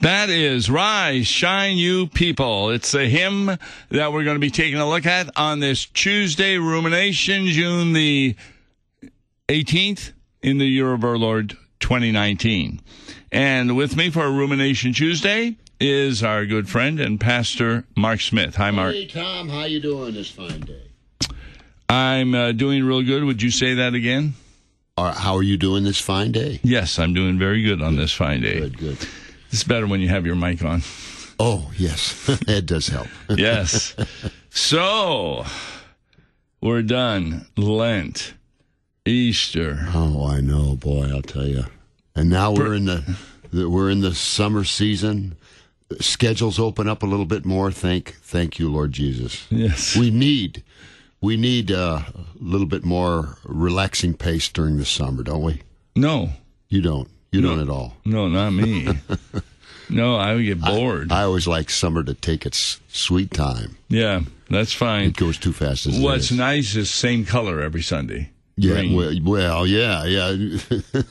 that is Rise, Shine You People. It's a hymn that we're going to be taking a look at on this Tuesday rumination, June the 18th in the year of our Lord 2019. And with me for Rumination Tuesday is our good friend and pastor, Mark Smith. Hi, Mark. Hey Tom, how you doing this fine day? I'm uh, doing real good. Would you say that again? Or how are you doing this fine day? Yes, I'm doing very good on this fine day. Good, good. It's better when you have your mic on. Oh yes, that does help. Yes. so, we're done. Lent, Easter. Oh, I know, boy. I'll tell you. And now we're in the, the we're in the summer season. Schedules open up a little bit more. Thank, thank you, Lord Jesus. Yes. We need, we need uh, a little bit more relaxing pace during the summer, don't we? no, You don't. You don't at all. no, not me. no, I would get bored. I always like summer to take its sweet time. yeah, that's fine. It goes too fast. As it What's is. nice is same color every Sunday. Yeah, Green. well, well, yeah, yeah.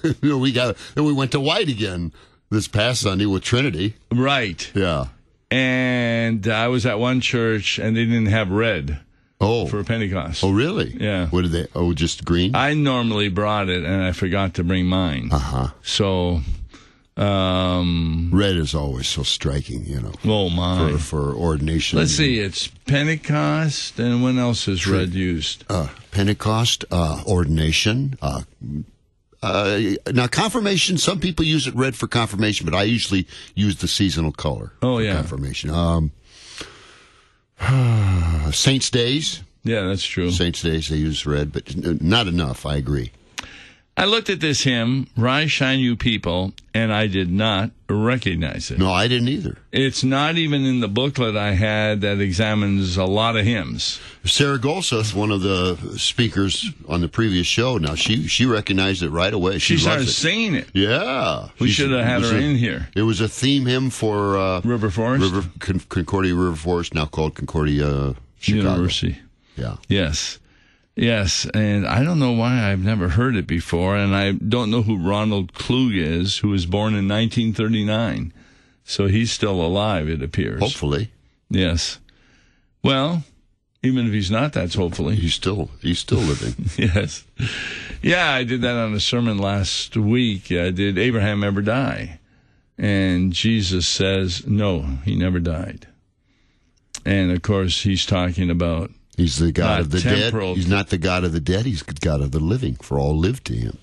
You know, we got and we went to white again this past Sunday with Trinity. Right. Yeah. And I was at one church and they didn't have red Oh. for Pentecost. oh, really? Yeah. Uh, What did they? Oh, just green. I normally brought it and I forgot to bring mine. Uh huh. So, um, Red is always so striking, you know, oh my. for, for ordination. Let's see, it's Pentecost and when else is red used? Uh, Pentecost, uh, ordination. Uh, uh, now confirmation. Some people use it red for confirmation, but I usually use the seasonal color. Oh, for yeah. Confirmation. Um. Saints days. Yeah, that's true. Saints days they use red, but n- not enough. I agree. I looked at this hymn, Rise Shine You People, and I did not recognize it. No, I didn't either. It's not even in the booklet I had that examines a lot of hymns. Sarah Golseth, one of the speakers on the previous show, now she she recognized it right away. She She, started loves it. singing it. Yeah, We She's- should have had it was her a- in here. It was a theme hymn for uh, River Forest River Con- Concordia River Forest, now called Concordia uh, Chicago. University. Yeah, Yes. Yes. And I don't know why I've never heard it before. And I don't know who Ronald Klug is, who was born in 1939. So he's still alive, it appears. hopefully Yes. Well, even if he's not, that's hopefully. he's still he's still living. yes. Yeah, I did that on a sermon last week. I did Abraham ever die? And Jesus says, no, he never died. And of course, he's talking about He's the God Not of the temporal. dead. He's not the God of the dead. He's the God of the living. For all live to Him.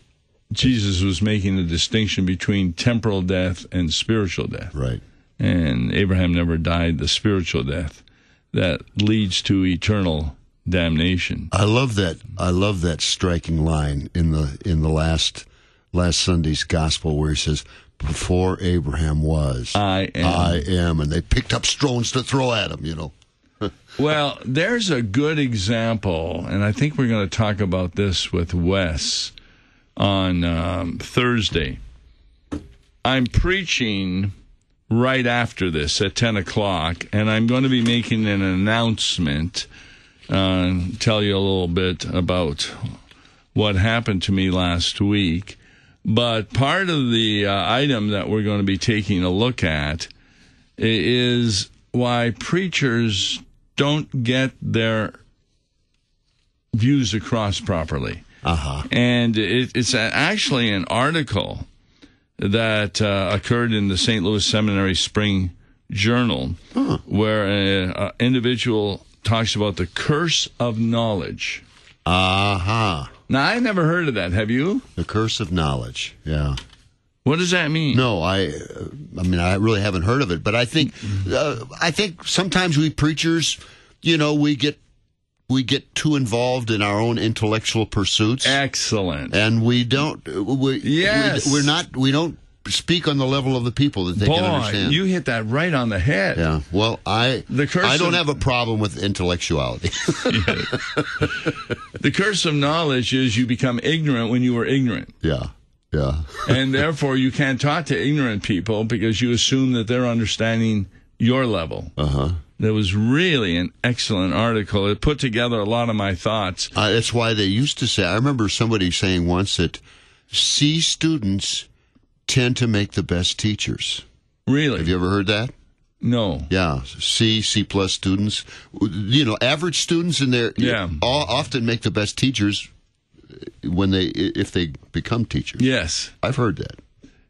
Jesus was making the distinction between temporal death and spiritual death. Right. And Abraham never died the spiritual death that leads to eternal damnation. I love that. I love that striking line in the in the last last Sunday's gospel where he says, "Before Abraham was, I am. I am," and they picked up stones to throw at him. You know, Well, there's a good example, and I think we're going to talk about this with Wes on um, Thursday. I'm preaching right after this at 10 o'clock, and I'm going to be making an announcement, uh, tell you a little bit about what happened to me last week. But part of the uh, item that we're going to be taking a look at is why preachers don't get their views across properly. Uh-huh. And it, it's a- actually an article that uh, occurred in the St. Louis Seminary Spring Journal where an individual talks about the curse of knowledge. aha, Now, I never heard of that. Have you? the curse of knowledge. Yeah. What does that mean? No, I. uh, I mean, I really haven't heard of it, but I think, uh, I think sometimes we preachers, you know, we get we get too involved in our own intellectual pursuits. Excellent. and we don't we, Yes. we, we're not we don't speak on the level of the people that they can Boy, understand you hit that right on the head. yeah well i The curse i don't of- have a problem with intellectuality The curse of knowledge is you become ignorant when you were ignorant. yeah yeah and therefore you can't talk to ignorant people because you assume that they're understanding your level. uh-huh That was really an excellent article. It put together a lot of my thoughts. uh, that's why they used to say i remember somebody saying once that c students tend to make the best teachers Really? Have you ever heard that? no. Yeah, C, C plus students. You know, average students in their Yeah. all, often make the best teachers when they if they become teachers. Yes. I've heard that.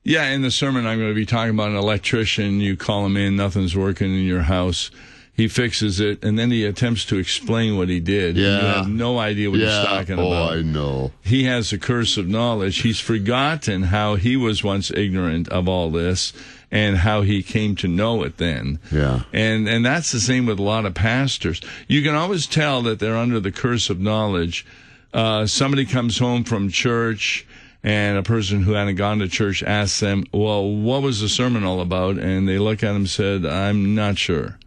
Yeah, in the sermon, I'm going to be talking about an electrician. You call him in, nothing's working in your house. He fixes it, and then he attempts to explain what he did. and You Yeah. have no idea what he's talking oh, about. I know. He has the curse of knowledge. He's forgotten how he was once ignorant of all this and how he came to know it then. Yeah. And and that's the same with a lot of pastors. You can always tell that they're under the curse of knowledge. Uh, somebody comes home from church and a person who hadn't gone to church asks them, "Well, what was the sermon all about?" And they look at him and said, "I'm not sure."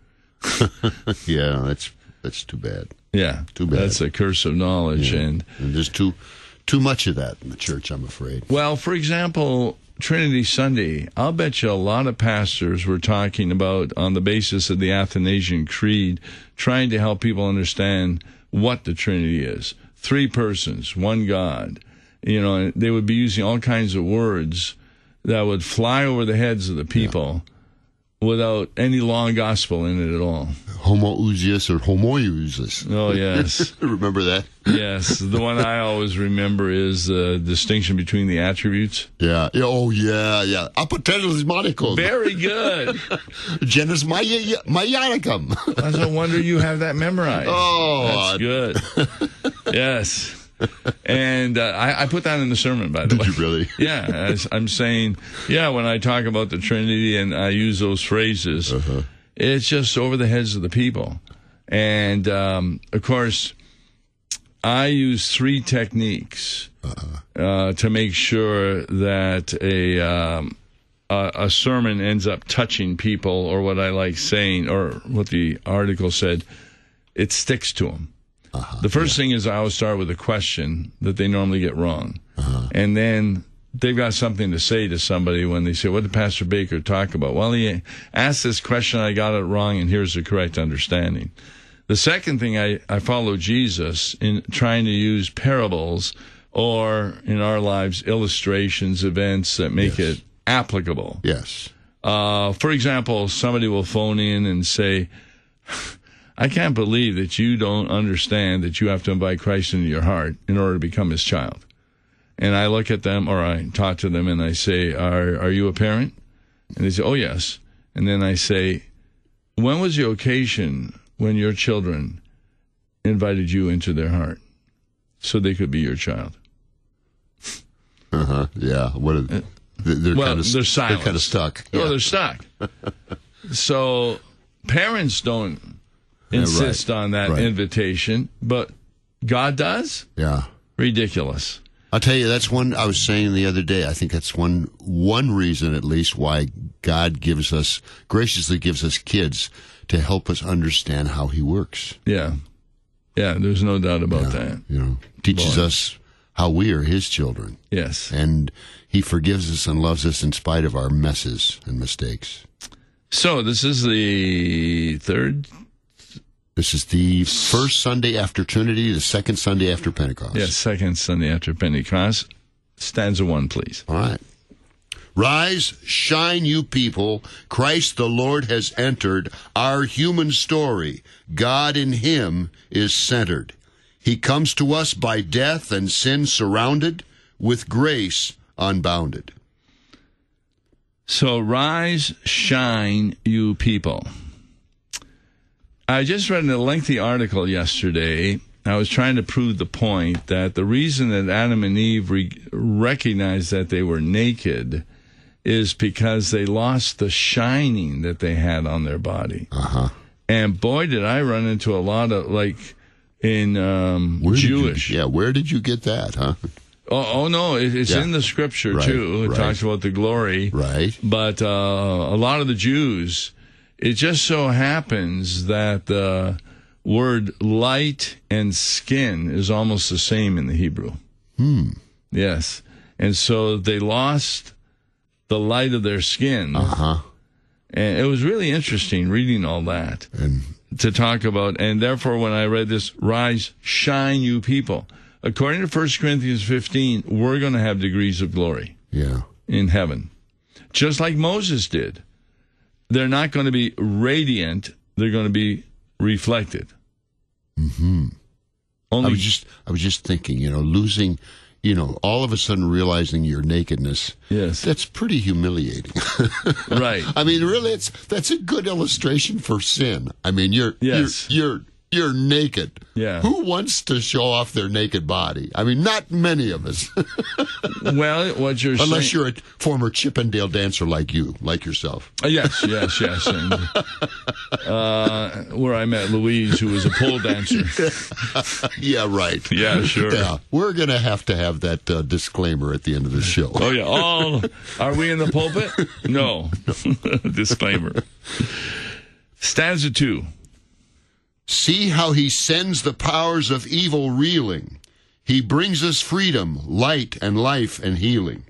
Yeah, that's that's too bad. Yeah. Too bad. That's a curse of knowledge and And there's too too much of that in the church. I'm afraid. Well, for example, Trinity Sunday, I'll bet you a lot of pastors were talking about, on the basis of the Athanasian Creed, trying to help people understand what the Trinity is three persons, one God. You know, and they would be using all kinds of words that would fly over the heads of the people without any long gospel in it at all. Homoousius or homoousius. Oh, yes. Remember that? yes. The one I always remember is the distinction between the attributes. Yeah. Yeah, Oh yeah, yeah. Apotelis monicum. Very good. Genus Maya- Maiaticum. That's no wonder you have that memorized. Oh, That's good. yes. And uh, I, I put that in the sermon, by the way. did you really? Yeah, as I'm saying, yeah, when I talk about the Trinity and I use those phrases, it's just over the heads of the people. And um, of course, I use three techniques uh, to make sure that a, um, a a sermon ends up touching people, or what I like saying, or what the article said, it sticks to them. The first thing is I always start with a question that they normally get wrong, and then they've got something to say to somebody when they say, "What did Pastor Baker talk about?" Well, he asked this question, I got it wrong, and here's the correct understanding. The second thing I, I follow Jesus in trying to use parables or in our lives illustrations, events that make it applicable. Yes. Uh, for example, somebody will phone in and say, I can't believe that you don't understand that you have to invite Christ into your heart in order to become his child. And I look at them or I talk to them and I say, Are, are you a parent? And they say, Oh, yes. And then I say, When was the occasion when your children invited you into their heart so they could be your child? Uh huh. Yeah. What? Are, they- they're Well, kind of they're They're kind of silenced. stuck. Oh, they're stuck. so parents don't insist on that right. invitation, but God does? yeah. Ridiculous. I'll tell you, that's one I was saying the other day. I think that's one one reason, at least, why God gives us graciously gives us kids to help us understand how He works. Yeah. Yeah, there's no doubt about that. You know, teaches Boy. us how we are His children, Yes. and He forgives us and loves us in spite of our messes and mistakes. So this is the third. This is the first Sunday after Trinity, the second Sunday after Pentecost. Yes, second Sunday after Pentecost. Stanza one, please. All right. Rise, shine, you people. Christ the Lord has entered our human story. God in him is centered. He comes to us by death and sin surrounded, with grace unbounded. So rise, shine, you people. I just read a lengthy article yesterday. I was trying to prove the point that the reason that Adam and Eve re- recognized that they were naked is because they lost the shining that they had on their body. Uh-huh. And boy, did I run into a lot of like in um, did you- Jewish. yeah, where did you get that, huh? Oh, oh no, it, it's Yeah. in the scripture Right, too. It right. talks about the glory Right. but uh, a lot of the Jews, it just so happens that the word light and skin is almost the same in the Hebrew. Hmm. Yes. And so they lost the light of their skin. Uh huh. And it was really interesting reading all that And to talk about. And therefore, when I read this, rise, shine, you people. According to 1 Corinthians 15, we're going to have degrees of glory yeah. in heaven, just like Moses did. they're not going to be radiant, they're going to be reflected. hmm I Only was just I was just thinking, you know, losing, you know, all of a sudden realizing your nakedness. yes, That's pretty humiliating. right. I mean, really, it's that's a good illustration for sin. I mean, you're Yes. you're you're, you're naked. Yeah. Who wants to show off their naked body? I mean, not many of us, Well, what you're unless saying, you're a former Chippendale dancer like you, like yourself. Uh, yes, yes, yes, and, uh, where I met Louise, who was a pole dancer. yeah, right. Yeah, sure. Yeah, we're gonna have to have that uh, disclaimer at the end of the show. Oh yeah. All are we in the pulpit? No. Disclaimer. Stanza two. See how he sends the powers of evil reeling. He brings us freedom, light, and life and healing.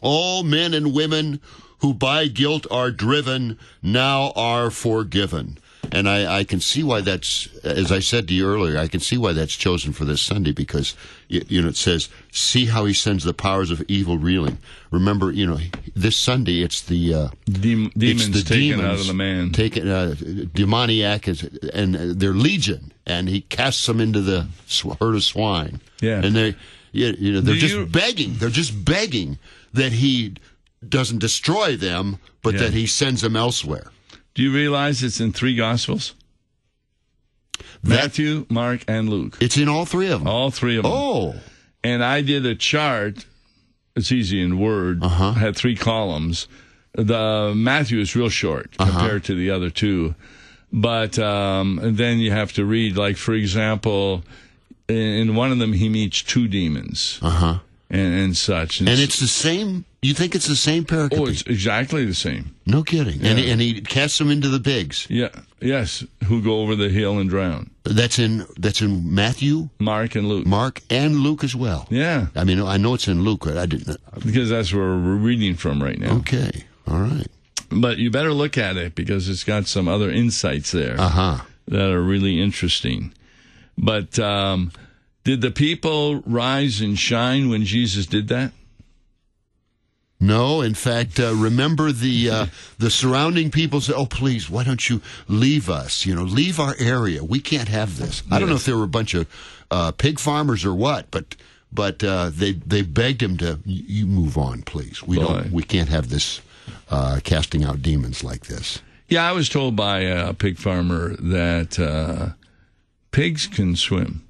All men and women who by guilt are driven now are forgiven. And I, I can see why that's, as I said to you earlier, I can see why that's chosen for this Sunday because, y- you know, it says, see how he sends the powers of evil reeling. Remember, you know, this Sunday it's the, uh, Dem- demons it's the taken demons out of the man. Taken, uh, demoniac is, and uh, their legion, and he casts them into the sw- herd of swine. Yeah. and they, you you know, they're Do just you- begging. They're just begging that he doesn't destroy them, but Yeah. that he sends them elsewhere. Do you realize it's in three gospels? That Matthew, Mark, and Luke. it's in all three of them. All three of them. Oh, And I did a chart. It's easy in Word. Uh-huh. I had three columns. The Matthew is real short Uh-huh. compared to the other two, but um, and then you have to read. Like for example, in, in one of them, he meets two demons uh huh. and, and such. And it's the same. You think it's the same pericope? oh, it's exactly the same. no kidding. And, and he casts them into the pigs. Yeah, yes, who go over the hill and drown. That's in that's in Matthew, Mark and Luke. Mark, and Luke as well. Yeah, I mean, I know it's in Luke. but I didn't. because that's where we're reading from right now. Okay. All right. But you better look at it because it's got some other insights there. Uh huh. that are really interesting. But um, did the people rise and shine when Jesus did that? No, in fact, uh, remember the uh, the surrounding people said, "Oh, please, why don't you leave us? You know, leave our area. We can't have this." I don't know if there were a bunch of uh, pig farmers or what, but but uh, they they begged him to, "You you move on, please. We Boy. don't. We can't have this uh, casting out demons like this." Yeah, I was told by a pig farmer that uh, pigs can swim.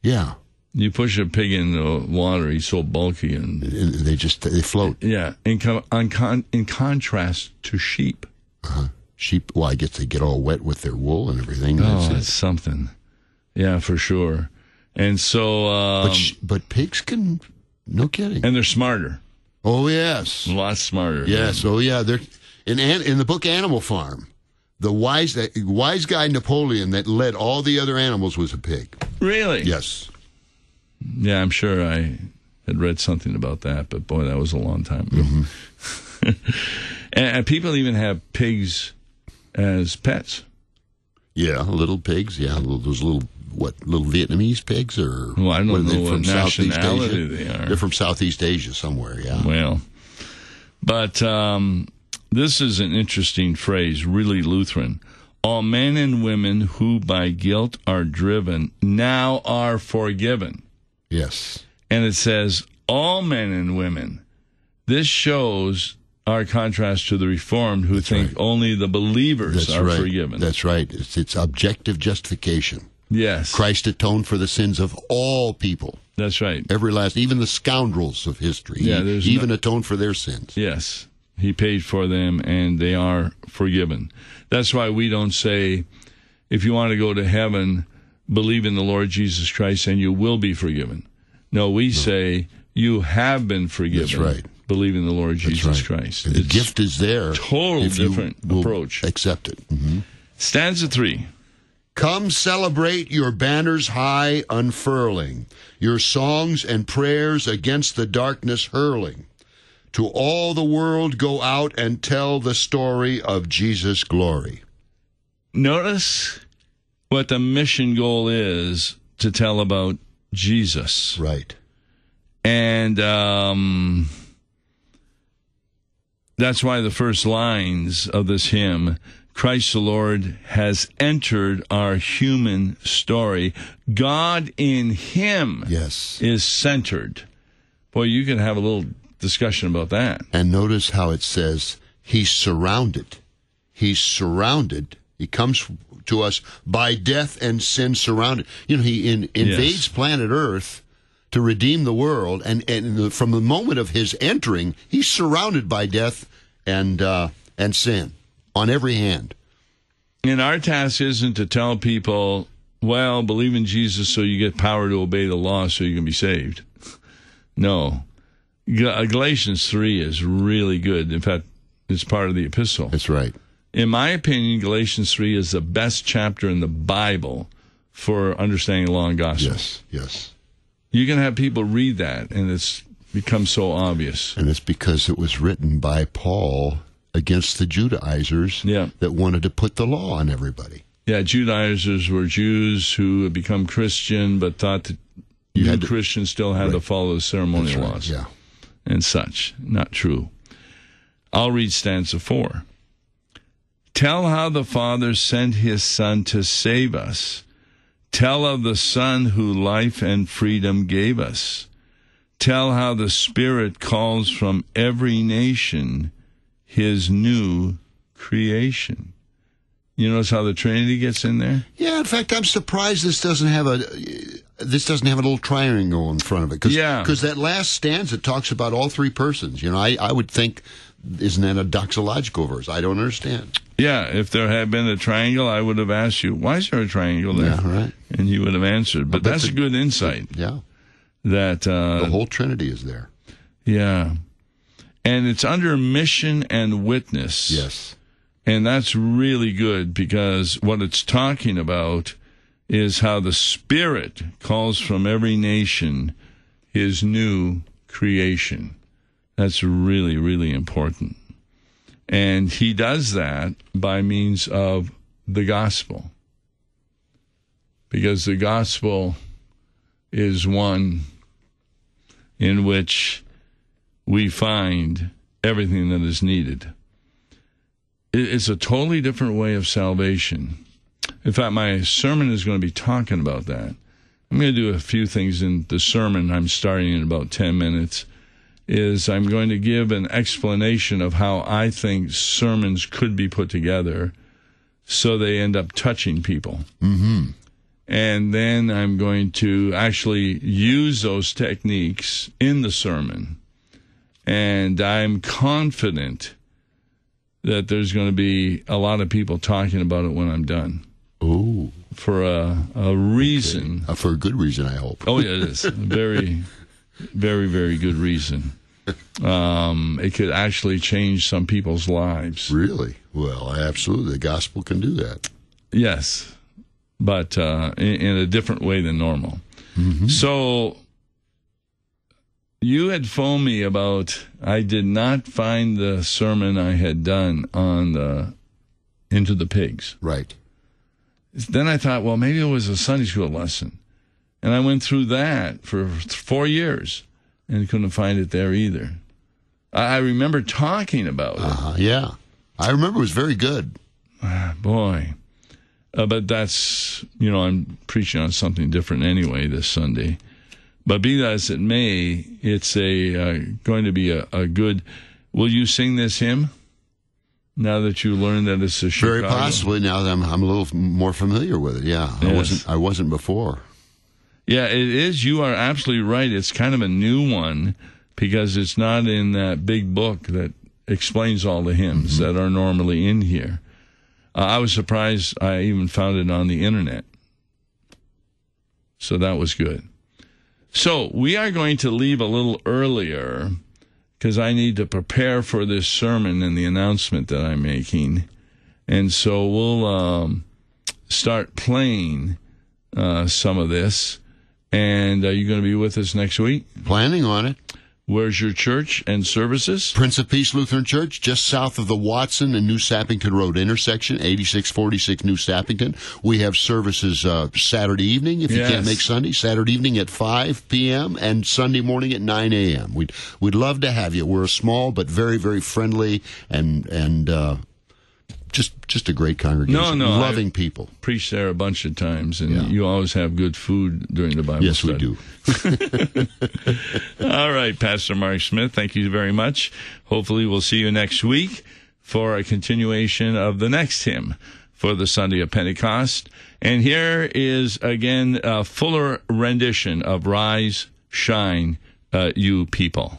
Yeah, You push a pig in the water, he's so bulky and And they just they float. yeah. In co- on con- in contrast to sheep, Sheep. Well, I guess they get all wet with their wool and everything. oh, That's it. that's something. Yeah, for sure. And so, um, But sh- but pigs can. No kidding. and they're smarter, Oh yes. a lot smarter. Yes. Oh, yeah. There, in An- in the book Animal Farm, the wise that wise guy Napoleon that led all the other animals was a pig. really. Yes. Yeah, I'm sure I had read something about that, but boy, that was a long time ago. and, and people even have pigs as pets. Yeah, little pigs. Yeah, little, those little what little Vietnamese pigs or Well, I don't what are they know from what Southeast nationality Asia? they are. Mm. They're from Southeast Asia somewhere. Yeah. Well, but um, this is an interesting phrase, really Lutheran. All men and women who by guilt are driven now are forgiven. Yes. and it says all men and women. This shows our contrast to the reformed who think only the believers That's are right. forgiven. That's right. It's, it's objective justification. yes, Christ atoned for the sins of all people, that's right. every last, even the scoundrels of history. Yeah, He there's no- even atoned for their sins. Yes, he paid for them and they are forgiven. That's why we don't say, if you want to go to heaven, believe in the Lord Jesus Christ and you will be forgiven. No, we say, you have been forgiven. right. Believe in the Lord Jesus right. Christ. The It's- gift is there. total if you different will approach. Accept it. Mm-hmm. Stanza three. Come celebrate your banners high unfurling, your songs and prayers against the darkness hurling. To all the world go out and tell the story of Jesus' glory. notice what the mission goal is to tell about Jesus. Right. And um, That's why the first lines of this hymn Christ the Lord has entered our human story. God in Him Yes. is centered. Boy, you can have a little discussion about that. And notice how it says he's surrounded. He's surrounded. He comes to us by death and sin surrounded. You know, he in, invades planet Earth to redeem the world, and and the, from the moment of his entering, he's surrounded by death and uh, and sin on every hand. And our task isn't to tell people, well, believe in Jesus so you get power to obey the law so you can be saved. No. Gal- uh, Galatians 3 is really good. In fact, it's part of the epistle. That's right. In my opinion, Galatians 3 is the best chapter in the Bible for understanding law and gospel. Yes. Yes. You can have people read that, and it's become so obvious. And it's because it was written by Paul against the Judaizers Yeah. that wanted to put the law on everybody. Yeah, Judaizers were Jews who had become Christian but thought that you had to- Christians still had to follow the ceremonial Right, laws Yeah. and such. Not true. I'll read stanza four. Tell how the Father sent his Son to save us. Tell of the Son who life and freedom gave us. Tell how the Spirit calls from every nation his new creation. You notice how the Trinity gets in there? Yeah, in fact, I'm surprised this doesn't have a this doesn't have a little triangle in front of it. Cause, Yeah. because that last stanza talks about all three persons. You know, I, I would think, isn't that a doxological verse? I don't understand. Yeah, if there had been a triangle, I would have asked you, why is there a triangle there? Yeah, right. And you would have answered. But bet that's the- a good insight Yeah, that, the uh, whole Trinity is there. yeah. And it's under mission and witness. Yes, And that's really good because what it's talking about is how the Spirit calls from every nation his new creation. That's really, really important. And he does that by means of the gospel. Because the gospel is one in which we find everything that is needed it- it's a totally different way of salvation. In fact, my sermon is going to be talking about that. I'm going to do a few things in the sermon I'm starting in about 10 minutes is I'm going to give an explanation of how I think sermons could be put together so they end up touching people. Mm-hmm. And then I'm going to actually use those techniques in the sermon. And I'm confident that there's going to be a lot of people talking about it when I'm done oh, for a, a reason. uh, for a good reason, I hope. Oh, yeah, it is. Very, very, very good reason. Um, it could actually change some people's lives. Really? Well, absolutely, the gospel can do that. Yes, but uh, in, in a different way than normal. So you had phoned me about I did not find the sermon I had done on the into the pigs. Right. then I thought, well, maybe it was a Sunday school lesson. And I went through that for th- four years and couldn't find it there either. I, I remember talking about Uh, yeah, I remember it was very good. it. Boy. Uh, but that's, you know, I'm preaching on something different anyway this Sunday. But be that as it may, it's a uh, going to be a, a good. Will you sing this hymn? Now that you learned that it's a Chicago. Very possibly now that I'm, I'm a little f- more familiar with it. Yeah, I Yes. wasn't I wasn't before. Yeah, it is. You are absolutely right. It's kind of a new one because it's not in that big book that explains all the hymns that are normally in here. Uh, I was surprised I even found it on the internet. So that was good. So we are going to leave a little earlier because I need to prepare for this sermon and the announcement that I'm making. And so we'll um, start playing uh, some of this. And are you going to be with us next week? Planning on it. Where's your church and services? Prince of Peace Lutheran Church, just south of the Watson and New Sappington Road intersection, 8646 New Sappington. We have services uh, Saturday evening, if you Yes. can't make Sunday, Saturday evening at 5 p.m., and Sunday morning at 9 a.m. We'd, we'd love to have you. We're a small but very, very friendly and, and uh, just, just a great congregation. No, no, I- Loving people. Preach there a bunch of times, and Yeah. you always have good food during the Bible Yes, study. we do. All right, Pastor Mark Smith, thank you very much. Hopefully, we'll see you next week for a continuation of the next hymn for the Sunday of Pentecost. And here is again a fuller rendition of Rise, Shine, uh, You People.